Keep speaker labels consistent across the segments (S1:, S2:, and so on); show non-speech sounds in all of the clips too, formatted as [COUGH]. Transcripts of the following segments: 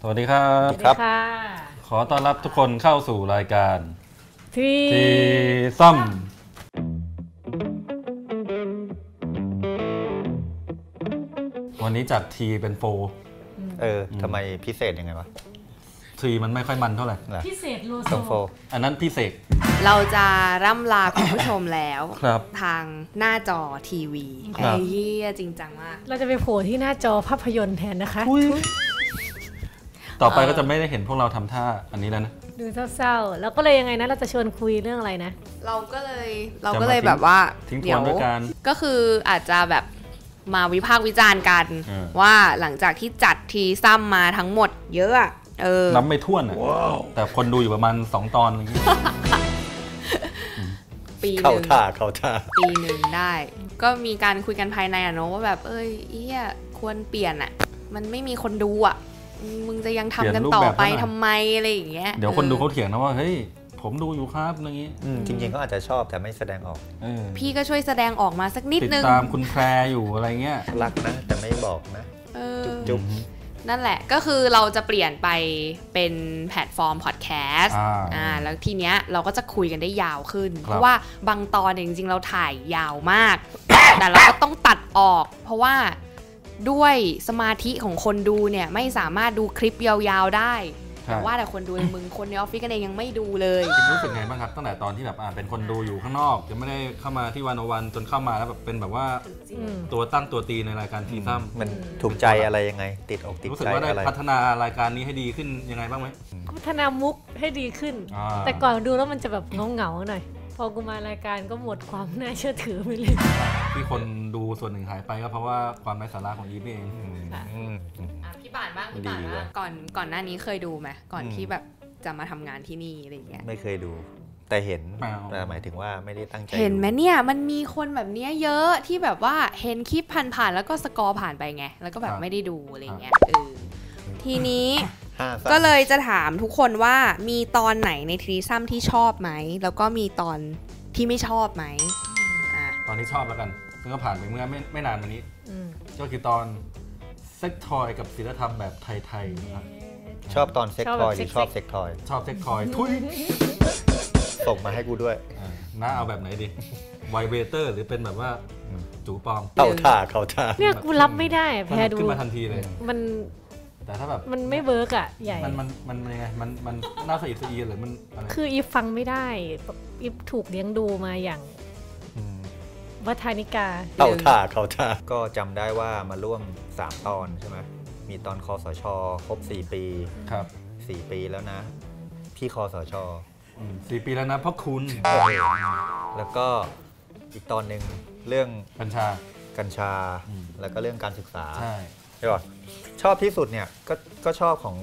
S1: สวัสดีครับ
S2: ครับ
S3: สวัสดีค่ะ
S1: ขอต้อนรับทุกคนเข้าสู่รายการ
S3: ที
S1: ทีซ่อมวันนี้จัดทีเป็นโฟร์
S2: เออทำไมพิเศษยังไงวะ
S1: ทีมันไม่ค่อยมันเท่าไหร่
S2: นะ
S3: พิเศษโล
S2: ต้องโฟ
S3: โซ
S2: ร์
S1: อันนั้นพี่เสก
S4: เราจะร่ำลาคุณผู้ชมแล้ว
S1: ครับ
S4: ทางหน้าจอทีวี
S1: ครับ
S4: ไอ้เหี้ยจริงจังมาก
S3: เราจะไปโผล่ที่หน้าจอภาพยนตร์แทนนะคะ
S1: ต่อไปก็จะไม่ได้เห็นพวกเราทำท่าอันนี้แล้วนะ
S3: ดูเศร้าๆ แล้วก็เลยยังไงนะ เราจะชวนคุยเรื่องอะไรนะ
S4: เราก็เลยเราก็เลยแบบว่า
S1: ทิ้งทวน
S4: เดี๋ยว
S1: ด้วยกัน
S4: ก็คืออาจจะแบบมาวิพากษ์วิจารณ์กัน
S1: เออ
S4: ว่าหลังจากที่จัดทีซ้ำมาทั้งหมด เยอะอะเออ
S1: นับไม่ถ้วนอ่ะ แต่คนดูอยู่ประมาณ 2 ตอนอะไรอย่างเงี้ย
S4: ปีห
S2: เข้า
S4: นึ่ง
S2: ท่าเข้าท่า
S4: ปีหนึ่งได้ ก็มีการคุยกันภายในอะเนาะว่าแบบเอ้ยเอี้ยควรเปลี่ยนอะมันไม่มีคนดูอะมึงจะยัง
S1: เปลี่ย
S4: ทำ
S1: น
S4: กัน
S1: รูป
S4: ต่อ
S1: แบบ
S4: ไป
S1: หน่อย
S4: ทำไมอะไรอย่างเงี้ย
S1: เดี๋ยวคน
S4: ออ
S1: ดูเขาเถียงนะว่า เฮ้ย ผมดูอยู่ครับอะไรอย่างงี้
S2: อืมจริงๆก็อาจจะชอบแต่ไม่แสดงออก
S1: เออ
S4: พี่ก็ช่วยแสดงออกมาสักนิด
S1: ติด
S4: นึง
S1: ตามคุณแพรอยู่อะไรเงี้ย
S2: รักนะ แต่ไม่บอกนะ
S4: เออ
S2: จุ๊บ
S4: นั่นแหละ ก็คือเราจะเปลี่ยนไปเป็นแพลตฟอร์มพอดแคสต์
S1: อ่า
S4: อ่า แล้วทีเนี้ยเราก็จะคุยกันได้ยาวขึ้น
S1: ครับ
S4: เพราะว่าบางตอนเนี่ยจริงๆ เราถ่ายยาวมาก [COUGHS] แต่เราก็ต้องตัดออก เพราะว่าด้วยสมาธิของคนดูเนี่ยไม่สามารถดูคลิปยาวๆได้
S1: ใช่
S4: ว่าแต่คนดูมึงคน
S1: [COUGHS]
S4: ในออฟฟิศกันเองยังไม่ดูเลย
S1: จริงรู้สึกไงบ้างครับตั้งแต่ตอนที่แบบอ่าเป็นคนดูอยู่ข้างนอกยังไม่ได้เข้ามาที่วันวันจนเข้ามาแล้วแบบเป็นแบบว่า
S3: อืม
S1: ตัวตั้งตัวตีในรายการทีซัม
S2: มันถูกใจอะไรยังไง ติดอกติด
S1: รู้สึก
S2: ใจ
S1: ว่าได้
S2: อะไร
S1: พัฒนารายการนี้ให้ดีขึ้นยังไงบ้างไหม
S3: พัฒนามุกให้ดีขึ้น
S1: อ่า
S3: แต่ก่อนดูแล้วมันจะแบบเหงาๆหน่อย พอกูมารายการก็หมดความน่าเชื่อถือไปเลย
S1: ที่คนดูส่วนหนึ่งหายไปก็เพราะว่าความไร้สาระของอีฟนี่เอง
S2: อืมอืม
S4: อ่ะพี่ป่านบ้างพี่
S1: ดี
S4: ป่าน
S1: เล
S4: บ้ายงก่อนก่อนหน้านี้เคยดูไหมก่อน
S2: อืม
S4: ที่แบบจะมาทำงานที่นี่อะไรอย่างเงี้ย
S2: ไม่เคยดู แต่เห็น
S1: เปล่า
S2: แต่หมายถึงว่าไม่ได้ตั้งใจ
S4: เห็นไหม
S2: ดู
S4: เนี่ยมันมีคนแบบเนี้ยเยอะที่แบบว่าเห็นคลิปผ่านๆแล้วก็สกอร์ผ่านไปไง แล้วก็แบ
S1: ค
S4: บ
S1: รับ
S4: ไม่ได้ดูอะไรอย่างเงี้ยเออทีนี้
S2: ห้าสาม
S4: ก็เลยจะถามทุกคนว่ามีตอนไหนในทรีซัมที่ชอบไหม แล้วก็มีตอนที่ไม่ชอบไหมอ่ะ
S1: ตอนที่ชอบแล้วกันซึ่งก็ผ่านไปเมื่อไม่ไม่นานมานี้
S3: อืม
S1: ก็คือตอนเซ็กทอยกับศิลธรรมแบบไทยๆนะครับ
S2: ชอบตอนเซ็กทอยหรือชอบเซ็กทอย
S1: ชอบเซ็กทอยทุย
S2: ส่งมาให้กูด้วย
S1: อ่าหน้าเอาแบบไห
S3: [LAUGHS]
S1: นดีไวเวเตอร์หรือเป็นแบบว่าจูปลอม
S2: เข้าท่าเข้าท่า
S3: เนี่ยกูรับไม่ได้อะแพรดู
S1: ขึ้นมาทันทีเลย
S3: มัน
S1: แต่ถ้าแบบ
S3: มันไม่เวิร์กอะใหญ่
S1: มันมันมันมันยังไงมันมัน น่าสะอิดสะเอียนหรือมันอะไร
S3: คืออีฟฟังไม่ได้ อีฟถูกเลี้ยงดูมาอย่าง
S2: อืม
S3: วัฒนิกา
S2: เข้าท่าเข้าท่าก็จำได้ว่ามาร่วม 3 ตอนใช่ไหมมีตอนคอสช ครบ 4 ปี
S1: ครับ
S2: 4 ปีแล้วนะ พี่คอสช
S1: อืมสี่ปีแล้วนะเพราะคุณ
S2: [COUGHS] แล้วก็อีกตอนหนึ่งเรื่อง
S1: บัญชา
S2: กัญชา
S1: อืม
S2: แล้วก็เรื่องการศึกษา
S1: ใช่
S2: ใช่ป่ะชอบที่สุดเนี่ยก็ก็ชอบของ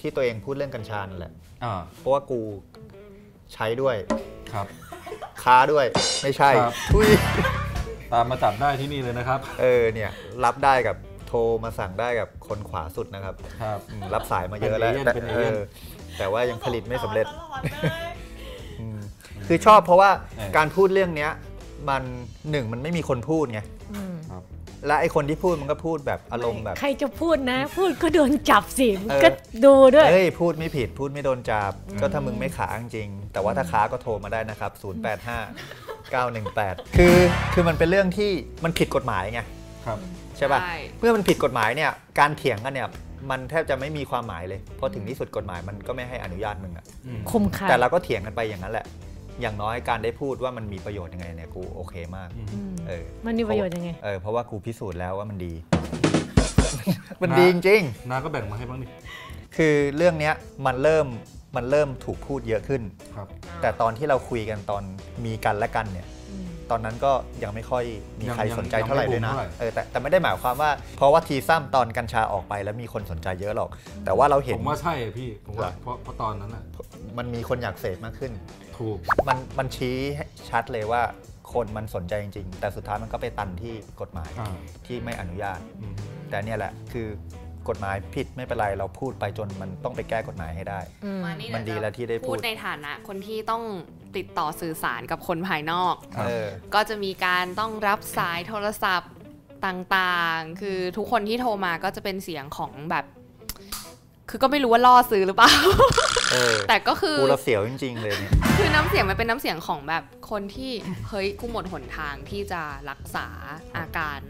S2: ที่ตัวเองพูดเรื่องกัญชานั่นแหละ
S1: อ่า
S2: เพราะว่ากูใช้ด้วย
S1: ครับ
S2: ค้าด้วยไม่ใช่
S1: ครับ
S2: ทุย [LAUGHS]
S1: ตามมาจับได้ที่นี่เลยนะครับ
S2: เออเนี่ย รับได้กับโทรมาสั่งได้กับคนขวาสุดนะครับ
S1: ครับ
S2: อืมรับสายมาเยอะแล้ว
S1: เป็น
S2: แต่
S1: alien เป็น
S2: เอ
S1: alien
S2: อแต่ว่ายังผลิตไม่สำเร็จอืมคือชอบเพราะว่า
S1: เออ
S2: การพูดเรื่องเนี้ย มันหนึ่งมันไม่มีคนพูดไง
S3: อืม
S1: ครับ
S2: และไอคนที่พูดมันก็พูดแบบอารมณ์แบบ
S3: ใครจะพูดนะ พูดก็โดนจับสิมัน
S2: เออ
S3: ก็ดูด้วย
S2: เฮ้ยพูดไม่ผิดพูดไม่โดนจับ ก็ถ้ามึงไม่ขาจริง แต่ว่าถ้าขาก็โทรมาได้นะครับ [LAUGHS] 085 918 คือคือมันเป็นเรื่องที่มันผิดกฎหมายไง
S1: ครับ
S2: ใช่ป่ะ เมื่อมันผิดกฎหมายเนี่ย การเถียงกันเนี่ย มันแทบจะไม่มีความหมายเลย เพราะถึงที่สุดกฎหมายมันก็ไม่ให้อนุญาตมึงอะ
S1: อืม
S3: คมคาย
S2: แต่เราก็เถียงกันไปอย่างนั้นแหละ อย่างน้อยการได้พูดว่ามันมีประโยชน์ยังไงเนี่ยกูโอเคมาก
S3: อืม
S2: เออ
S3: มันมีประโยชน์ยังไง
S2: เออเพราะว่ากูพิสูจน์แล้วว่ามัน [LAUGHS] ดี มันดีจริง
S1: นาก็แบ่งมาให้บ้างดิ
S2: ๆ คือเรื่องเนี้ยมันเริ่มมันเริ่มถูกพูดเยอะขึ้น
S1: ครับ
S2: แต่ตอนที่เราคุยกันตอนมีกันและกันเนี่ย ตอนนั้นก็ยังไม่ค่อยมีใคร
S1: ยัง
S2: สนใจ
S1: ยัง
S2: เท่าไหร่
S1: ยังไม่
S2: ด้วยนะ
S1: บูมเท่าไหร่
S2: เออแต่แต่ไม่ได้หมายความว่า เพราะว่าทีซ้ำตอนกัญชาออกไปแล้วมีคนสนใจเยอะหรอก แต่ว่าเราเห็
S1: ผ
S2: น
S1: มว่าใช่อะพี่ผมว่า
S2: เหรอ
S1: เพราะเพราะตอนนั้นอ่ะ
S2: มันมีคนอยากเสพมากขึ้น
S1: ถูก
S2: มันมันชี้ให้ชัดเลยว่าคนมันสนใจจริง ๆ แต่สุดท้ายมันก็ไปตันที่กฎหมาย
S1: อ่า
S2: ที่ไม่อนุญาต
S1: อืม
S2: แต่เนี่ยแหละคือกฎหมายผิดไม่เป็นไรเราพูดไปจนมันต้องไปแก้กฎหมายให้ได้ มันดีแล้วที่ได้พู
S4: พู
S2: ด
S4: ดในฐานะ คนที่ต้องติดต่อสื่อสารกับคนภายนอก
S1: ครับ
S2: เออ
S4: ก็จะมีการต้องรับสายโทรศัพท์ต่างๆ คือทุกคนที่โทรมาก็จะเป็นเสียงของแบบ คือก็ไม่รู้ว่าล่อซื้อหรือเปล่า [LAUGHS]
S2: เออ
S4: แต่ก็คือ
S2: กูเราเสียวจริง ๆ เลยเนี่ย
S4: คือน้ำเสียงมันเป็นน้ำเสียงของแบบคนที่ เฮ้ยกูหมดหนทางที่จะรักษาอาการ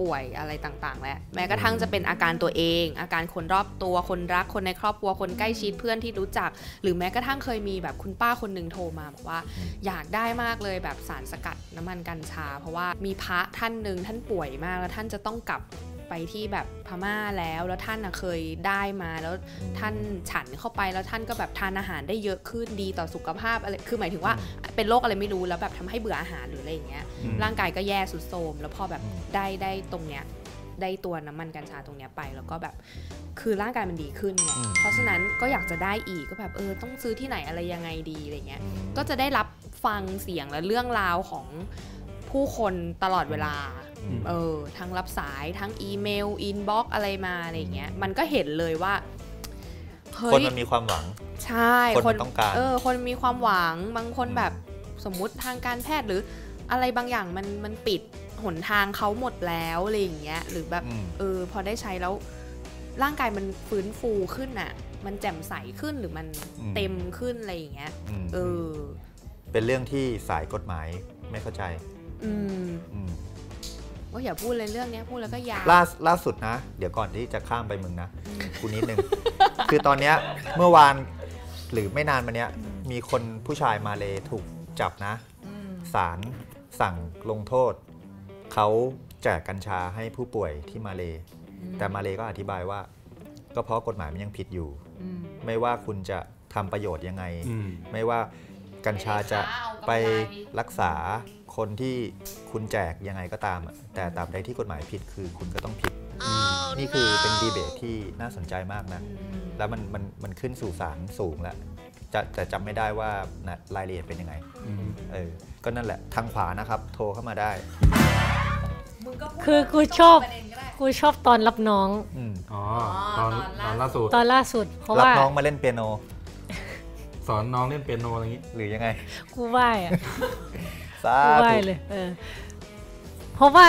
S4: ป่วยอะไรต่างๆ แล้วแม้กระทั่งจะเป็นอาการตัวเอง อาการคนรอบตัวคนรักคนในครอบครัวคนใกล้ชิดเพื่อนที่รู้จัก หรือแม้กระทั่งเคยมีแบบคุณป้าคนหนึ่งโทรมาบอกว่า อยากได้มากเลยแบบสารสกัดน้ำมันกัญชา เพราะว่ามีพระท่านหนึ่งท่านป่วยมากแล้วท่านจะต้องกลับไปที่แบบพม่าแล้ว แล้วท่านน่ะเคยได้มาแล้ว ท่านฉันเข้าไปแล้วท่านก็แบบทานอาหารได้เยอะขึ้นดีต่อสุขภาพอะไร คือหมายถึงว่าเป็นโรคอะไรไม่รู้แล้วแบบทำให้เบื่ออาหารหรืออะไรอย่างเงี้ย
S2: อืม
S4: ร่างกายก็แย่สุดโทรมแล้วพอแบบ
S2: อืม
S4: ได้ได้ตรงเนี้ยได้ตัวน้ำมันกัญชาตรงเนี้ยไปแล้วก็แบบคือร่างกายมันดีขึ้นไง
S2: อืม
S4: เพราะฉะนั้นก็อยากจะได้อีกก็แบบเออต้องซื้อที่ไหนอะไรยังไงดีอะไรเงี้ย ก็จะได้รับฟังเสียงและเรื่องราวของผู้คนตลอดเวลา
S2: อืม
S4: เออ ทั้งรับสาย ทั้งอีเมล อินบ็อกอะไรมาอะไรอย่างเงี้ย มันก็เห็นเลยว่า เฮ้
S2: คน
S4: ย
S2: มันมีความหวัง
S4: ใช่
S2: คนมันต้องการ
S4: เออ คนมีความหวัง บางคน
S2: อืม
S4: แบบสมมุติทางการแพทย์หรืออะไรบางอย่างมันมันปิดหนทางเขาหมดแล้วอะไรอย่างเงี้ย หรือแบบ
S2: อืม
S4: เออ พอได้ใช้แล้วร่างกายมันฟื้นฟูขึ้นอ่ะ มันแจ่มใสขึ้นหรือมัน
S2: อืม
S4: เต็มขึ้นอะไรอย่างเงี้ย
S2: ม
S4: เออ
S2: เป็นเรื่องที่สายกฎหมายไม่เข้าใจ
S4: อืม
S2: อืม
S4: ก็อย่าพูดเลยเรื่องเนี้ยพูดแล้วก็ยาว
S2: ล่าล่าสุดนะ เดี๋ยวก่อนที่จะข้ามไปมึงนะกูนิดนึง คือตอนเนี้ยเมื่อวานหรือไม่นานมาเนี้ย มีคนผู้ชายมาเลยถูกจับนะศาลสั่งลงโทษ เขาแจกกัญชาให้ผู้ป่วยที่มาเล แต่มาเลก็อธิบายว่า ก็เพราะกฎหมายมันยังผิดอยู่
S4: อืม
S2: ไม่ว่าคุณจะทำประโยชน์ยังไง
S1: อืม
S2: ไม่ว่ากัญชาจะไปรักษาคนที่คุณแจกยังไงก็ตามอะแต่ตามใดที่กฎหมายผิดคือคุณก็ต้องผิด นี่คือเป็นดีเบตที่น่าสนใจมากนะ แล้วมันมันมันขึ้นสู่ศาลสูงแล้วจะแต่จำไม่ได้ว่านะรายละเอียดเป็นยังไง เออ ก็นั่นแหละทางขวานะครับ โทรเข้ามาได้
S3: คือกูชอบ กูชอบตอนรับน้อง
S2: อืม
S1: อ๋อตอนตอนล่าสุด
S3: ตอนล่าสุด เพราะ
S2: รับ
S3: ว่า
S2: น้องมาเล่นเปียโน
S1: สอนน้องเล่นเปียโนอะไรอย่างงี้
S2: หรือยังไง
S3: กูไหว้อะ
S2: สา
S3: กูไหว้
S2: ธุ
S3: เลยเออเพราะว่า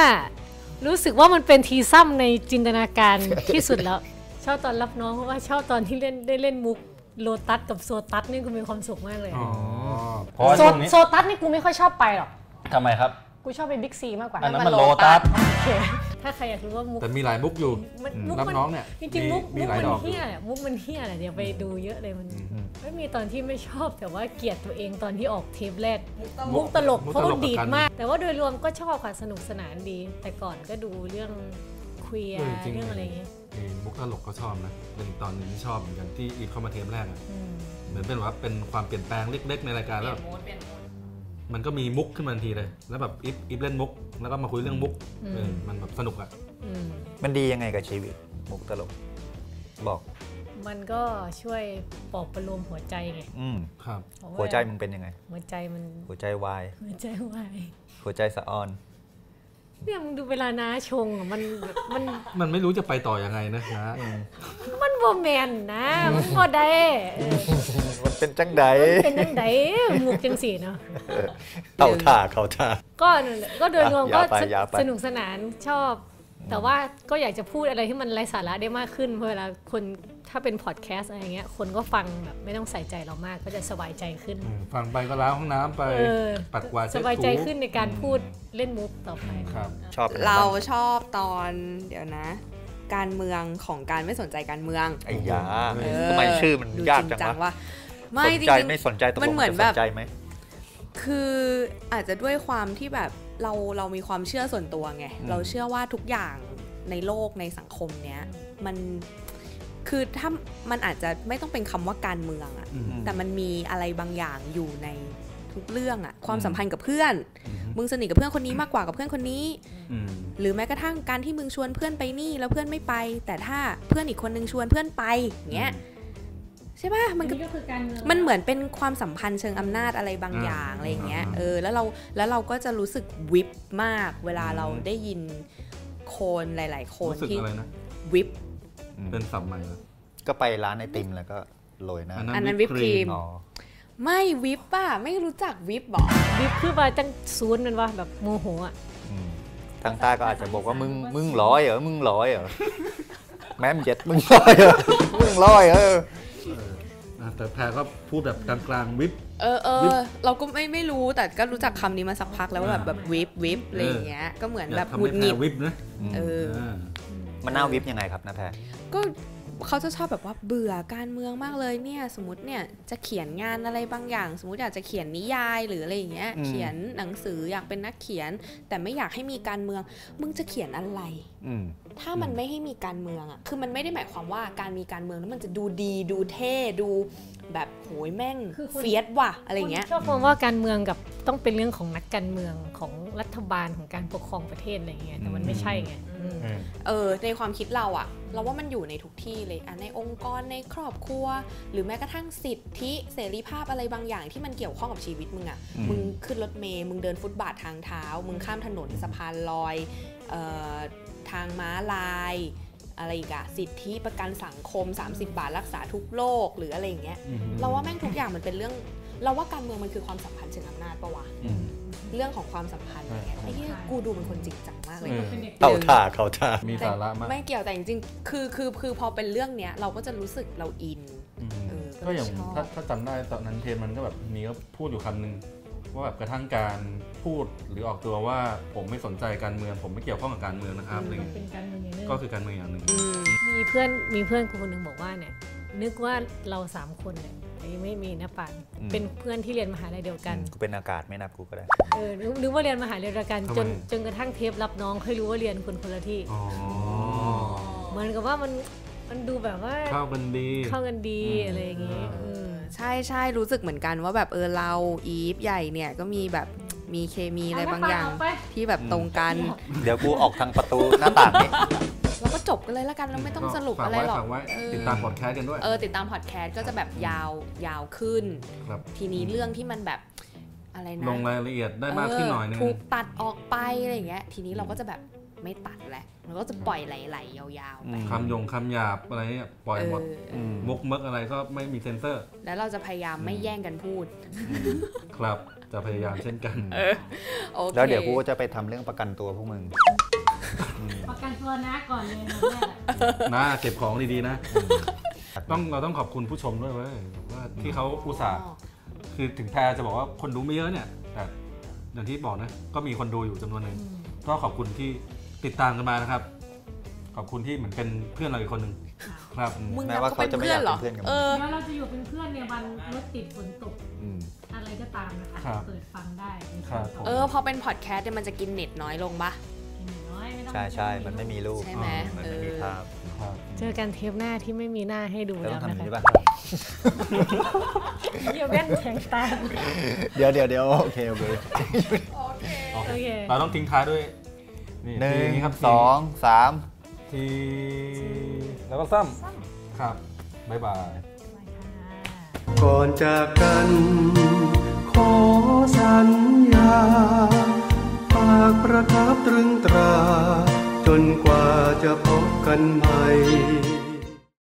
S3: รู้สึกว่ามันเป็นทีซ้ำในจินตนา
S2: [LAUGHS]
S3: การ ที่สุดแล้ว ชอบตอนรับน้องเพราะว่าชอบตอนที่เล่นได้เล่นมุกโลตัสกับโซตัสนี่กูมีความสุขมากเลย
S1: อ๋อเพราะว่า
S3: โซ
S1: ช่วงนี้
S3: โซตัสนี่กูไม่ค่อยชอบไปหรอก
S1: ทำไมครับ
S3: กูชอบไปบิ๊กซีมากกว่า
S1: อันนั้นมันโลตัส
S3: โอเคถ้าใครอยากรู้ว่ามุก
S1: แต่มีหลายมุกอยู่
S3: มัน
S2: อืม
S3: มุก
S1: รับ
S3: มัน
S1: น้องเนี่ย
S3: จริงๆมุก
S1: มี
S3: มุก
S1: หลาย
S3: มัน
S1: ดอกอยู่
S3: เฮี้ยมุกมันเฮี้ยแหละเดี๋ยวไปดูเยอะเลยมัน
S2: อืม
S3: ไม่มีตอนที่ไม่ชอบแต่ว่าเกลียดตัวเองตอนที่ออกเทปแรก
S1: มุ
S3: มุก
S1: ก
S3: ต
S1: ตล
S3: ลก
S1: ก
S3: เพราะ
S1: มุกตลก
S3: มันดีด
S1: กัน
S3: มาก แต่ว่าโดยรวมก็ชอบค่ะสนุกสนานดี แต่ก่อนก็ดูเรื่องคุย
S1: เออจริง
S3: เรื่องอะไรอย่างเงี้ย
S1: เอ้ยมุกตลกก็ชอบนะ เป็นตอนหนึงที่ชอบเหมือนกันที่อีฟเข้ามาเทปแรกอะ
S3: อืม
S1: เหมือนเป็นแบบว่าเป็นความเปลี่ยนแปลงเล็กๆในรายการแล้วแบบมันก็มีมุกขึ้นมาทันทีเลย แล้วแบบอีฟอีฟเล่นมุก แล้วก็มาคุยเรื่องมุกเออมันแบบสนุกอะ
S3: อืม
S2: มันดียังไงกับชีวิต มุกตลก บอก
S3: มันก็ช่วยปลอบประโลมหัวใจไง
S2: อืม
S1: ครับ
S3: เพราะา
S2: หัวใจมึงเป็นยังไง
S3: หัวใจมัน
S2: หัวใจวาย
S3: หัวใจวาย
S2: หัวใจสะออน
S3: เนี่ยมึงดูเวลาน้าชงอะมันแบบ [LAUGHS] มัน
S1: มันไม่รู้จะไปต่อยังไงนะนะ
S3: มันโบแมนนะมันโบได้เออ
S2: มันเป็นจังได
S3: เป็นจังไดหมวกจังสีเนาะ
S2: เขาท่าเขาท่า
S3: ก็นั่นแหละก็โดยรวมก็
S2: อย่าไป
S3: ส
S2: อย่าไป
S3: สนุกสนานชอบ แต่ว่าก็อยากจะพูดอะไรที่มันไร้สาระได้มากขึ้นเพราะเวลาคนถ้าเป็นพอดแคสต์อะไรเงี้ยคนก็ฟังแบบไม่ต้องใส่ใจเรามากก็จะสบายใจขึ้น
S1: อืมฟังไปก็ล้างห้องน้ำไป
S3: เออ
S1: ปัดกวาด
S3: ส
S1: เช็ดถู
S3: บายใจขึ้นในการพูดเล่นมุกต่อไป
S1: ครับ
S2: ชอบป็น
S4: เรา
S2: บ้ง
S4: ชอบตอนเดี๋ยวนะ การเมืองของการไม่สนใจการเมือง
S2: ไอ้ยา
S1: เอ
S2: ทำไมชื่อมัน
S4: ดู
S2: ยาก
S4: ริ
S2: จังวะ
S4: วะไม่
S2: สน
S4: จริ
S2: ใจ
S4: ง
S2: ไม่สนใจตกล
S4: มัน
S2: ง
S4: เหมื
S2: มั
S4: อน น
S2: จะ
S4: แบ
S2: ส
S4: บ
S2: นใจไหม
S4: ๆคืออาจจะด้วยความที่แบบเราเรามีความเชื่อส่วนตัวไง
S2: อืม
S4: เราเชื่อว่าทุกอย่างในโลกในสังคมเนี้ยมันคือถ้ามันอาจจะไม่ต้องเป็นคำว่าการเมืองอะ
S1: อืม
S4: แต่มันมีอะไรบางอย่างอยู่ในทุกเรื่องอะความ
S2: อืม
S4: สัมพันธ์กับเพื่อน มึงสนิทกับเพื่อนคนนี้มากกว่ากับเพื่อนคนนี้
S1: อืม
S4: หรือแม้กระทั่งการที่มึงชวนเพื่อนไปนี่แล้วเพื่อนไม่ไป แต่ถ้าเพื่อนอีกคนนึงชวนเพื่อนไปอย่างเงี้ยใช่ปะมันก็
S3: ก็คือการ
S4: มันเหมือนเป็นความสัมพันธ์เชิงอำนาจอะไรบางอย่าง
S1: อ่า
S4: อะไรอย่างเงี้ย
S1: อ่า
S4: เออแล้วเราแล้วเราก็จะรู้สึกวิบมาก เวลาเรา
S2: อืม
S4: ได้ยินคนหลาย ๆ คน
S1: รู้สึก
S4: ที่
S1: อะไรนะ
S4: วิบ
S1: เป็นสับใหม่แล้ว
S2: ก็ไปร้านไอติมแล้วก็โรยหนะ
S1: อันนั้น
S4: อันนั้นวิปครีม
S2: อ๋อ
S4: ไม่วิบป่ะไม่รู้จักวิบบอก
S3: ดิฟคือว่าจังซูนย์มันว่าแบบโมโหอ่ะ
S2: อืมทางใต้ก็อาจจะบอกว่ามึงมึงร้อยเหรอ มึงร้อยเหรอ แม้มเย็ดมึงลอยเหรอมึงลอยเออ
S1: อ่ะแต่แพรก็พูดแบบกลางๆวิบ
S4: เออเอ
S1: วิ
S4: อบ เราก็ไม่ไม่รู้แต่ก็รู้จักคำนี้มาสักพักแล้วว่าแบบ
S1: อ่า
S4: แบบวิบวิบอะไรอย่าง
S1: เออ
S4: เงี้ยก็เหมือน
S1: อ
S4: แบ
S1: ยา
S4: บ
S1: กทำ
S4: หงุ
S1: ให้แพร
S4: ดหงิด
S1: วิบนะ
S4: เอออ
S1: า
S2: มันหน้าวิบยังไงครับนะแพร
S4: ก็เขาจะชอบแบบว่าเบื่อการเมืองมากเลยเนี่ย สมมติเนี่ยจะเขียนงานอะไรบางอย่าง สมมติอยากจะเขียนนิยายหรืออะไรอย่างเงี้ย
S2: อืม
S4: เขียนหนังสืออยากเป็นนักเขียน แต่ไม่อยากให้มีการเมือง มึงจะเขียนอะไร
S2: อืม
S4: ถ้ามันไม่ให้มีการเมืองอ่ะคือมันไม่ได้หมายความว่าการมีการเมืองแล้วมันจะดูดีดูเท่ดูแบบโหยแม่ง
S3: คือคน
S4: เฟียสว่ะอะไรอย่างเงี้ย
S3: ชอบมองว่าการเมืองกับต้องเป็นเรื่องของนักการเมืองของรัฐบาลของการปกครองประเทศอะไรอย่างเงี้ยแต่มันไม่ใช่ไงอืม
S4: เออในความคิดเราอะเราว่ามันอยู่ในทุกที่เลยอะในองค์กรในครอบครัว หรือแม้กระทั่งสิทธิเสรีภาพอะไรบางอย่างที่มันเกี่ยวข้องกับชีวิตมึงอะ
S2: อืม
S4: มึงขึ้นรถเมย์มึงเดินฟุตบาททางเท้า มึงข้ามถนนสะพานลอยเอ่อทางม้าลาย อะไรอีกอะสิทธิประกันสังคม 30 บาทรักษาทุกโรคหรืออะไรอย่างเงี้ยเราว่าแม่งทุกอย่างมันเป็นเรื่อง เราว่าการเมืองมันคือความสัมพันธ์เชิงอำนาจปะวะ
S2: อืม
S4: เรื่องของความสัมพันธ์อะไรเงี้ยไอ้ที่กูดูเป็นคนจริงจังมากเลย
S1: เออ
S2: เข้าท่าเข้าท่า
S1: มีสาระมาก
S4: ไม่เกี่ยวแต่จริงๆ คือคือคือพอเป็นเรื่องเนี้ยเราก็จะรู้สึกเราอิน
S1: อืม
S4: เออก็
S1: ก็อย่าง
S4: ชอบ
S1: ถ้าถ้าจำได้ตอนนั้นเทนมันก็แบบมีก็พูดอยู่คำหนึงว่าแบบกระทั่งการพูดหรือออกตัวว่าผมไม่สนใจการเมือง ผมไม่เกี่ยวข้องกับการเมืองนะครับอะไรเงี้ยก็คือการเมืองอย่างหนึ่ง
S4: อืม
S3: มีเพื่อนมีเพื่อนกูคนหนึ่งบอกว่าเนี่ยนึกว่าเราสามคนเนี่ยไอ้ไม่มีนะปานเป็นเพื่อนที่เรียนมหาลัยเดียวกัน
S2: กูเป็นอากาศไม่นับกูก็ได้
S3: เออนึกนึกว่าเรียนมหาลัยเดียวกัน
S1: ทำไม
S3: จนจนกระทั่งเทปรับน้องค่อยรู้ว่าเรียนคนคนละที่
S1: อ๋อ
S3: เหมือนกับว่ามันมันดูแบบว่า
S1: เข้ากันดี
S3: เข้ากันดี
S1: อืม
S3: อะไรอย่างงี้เออ
S4: ใช่ใช่รู้สึกเหมือนกันว่าแบบเออเราอีฟใหญ่เนี่ยก็มีแบบมีเคมีอะไรบางอย่าง
S3: เไป
S4: ที่แบบตรงกัน
S2: เดี๋ยวกูออกทางประตูหน้าต่างนี่
S4: แล้วก็จบกันเลยละกันเราไม่ต้องสรุปอะไรหรอก
S1: ฝากไว้ฝาก
S4: เอ
S1: ไว้
S4: อ
S1: ติดตามพอดแคสต์กันด้วย
S4: เออติดตามพอดแคสต์ก็จะแบบยาวยาวขึ้น
S1: ครับ
S4: ทีนี้เรื่องที่มันแบบอะไรนะ
S1: ลงรายละเอียดได้มากขึ้นหน่อยนึง
S4: เถูกตัดออกไปอะไรอย่างเงี้ย ทีนี้เราก็จะแบบไม่ตัดแหละเราก็จะปล่อยไหลๆยาวๆไป
S1: คำยงคำหยาบอะไรเนี่ยปล่อยหมด
S4: เออ
S1: มุกมึกอะไรก็ไม่มีเซนเซอร์
S4: แล้วเราจะพยายามไม่แย่งกันพูด
S1: ครับ จะพยายามเช่นกัน
S4: โอเค
S2: แล้วเดี๋ยวกูก็จะไปทำเรื่องประกันตัวพวกมึง
S3: ประกันตัวนะก่อนเลยนะ
S1: นะเก็บของดีๆนะ ต้องเราต้องขอบคุณผู้ชมด้วยเว้ยว่าที่เขาอุตส่าห์คือถึงแพรจะบอกว่าคนดูไม่เยอะเนี่ย แต่อย่างที่บอกนะ ก็มีคนดูอยู่จำนวนหนึ่ง ก็ขอบคุณที่ติดตามกันมานะครับ ขอบคุณที่เหมือนเป็นเพื่อนเราอีกคนหนึ่งครับ
S4: มึง
S2: แม้
S4: นับ
S2: ว่า
S4: เขาเป็น
S2: เขาจะไม่
S4: เพื่อนเหรอ
S2: อยากเป็นเพื่อนกับมึง
S4: เออ
S3: แล้วเราจะอยู่เป็นเพื่อนในวันรถติดฝนตก
S2: อืม
S3: อะไรก็ตามนะคะ
S1: ครับ
S3: เปิดฟังได้
S1: ครับผม
S4: เออ พอเป็นพอดแคสต์เนี่ยมันจะกินเน็ตน้อยลงปะ
S2: ใช่ใช่มันไม่มีรูป
S4: ใช่ไหม
S2: มันไม่มีภาพ
S1: ครับ
S3: เจอกันเทปหน้าที่ไม่มีหน้าให้ดู
S2: แล้ว
S3: แล้
S2: ต้อ
S3: ว
S2: งทำ
S3: นะคะ
S2: อย่างนี้ป่ะ
S3: เดี๋ยวแว่นแข็งตา
S2: เดี๋ยวเดี๋ยวเดี๋ยวโอเคโอเค
S1: โอเค
S3: โอเค
S1: เราต้องทิ้งท้ายด้วย
S2: หนึ่
S1: ที
S2: ง
S1: นี้ครับที
S2: สองสาม
S1: ทีแล้วก็ซ้ำครับบ๊ายบาย
S5: ก่อนจากกัน ขอสัญญาฝากประทับตรึงตรา จนกว่าจะพบกันใหม่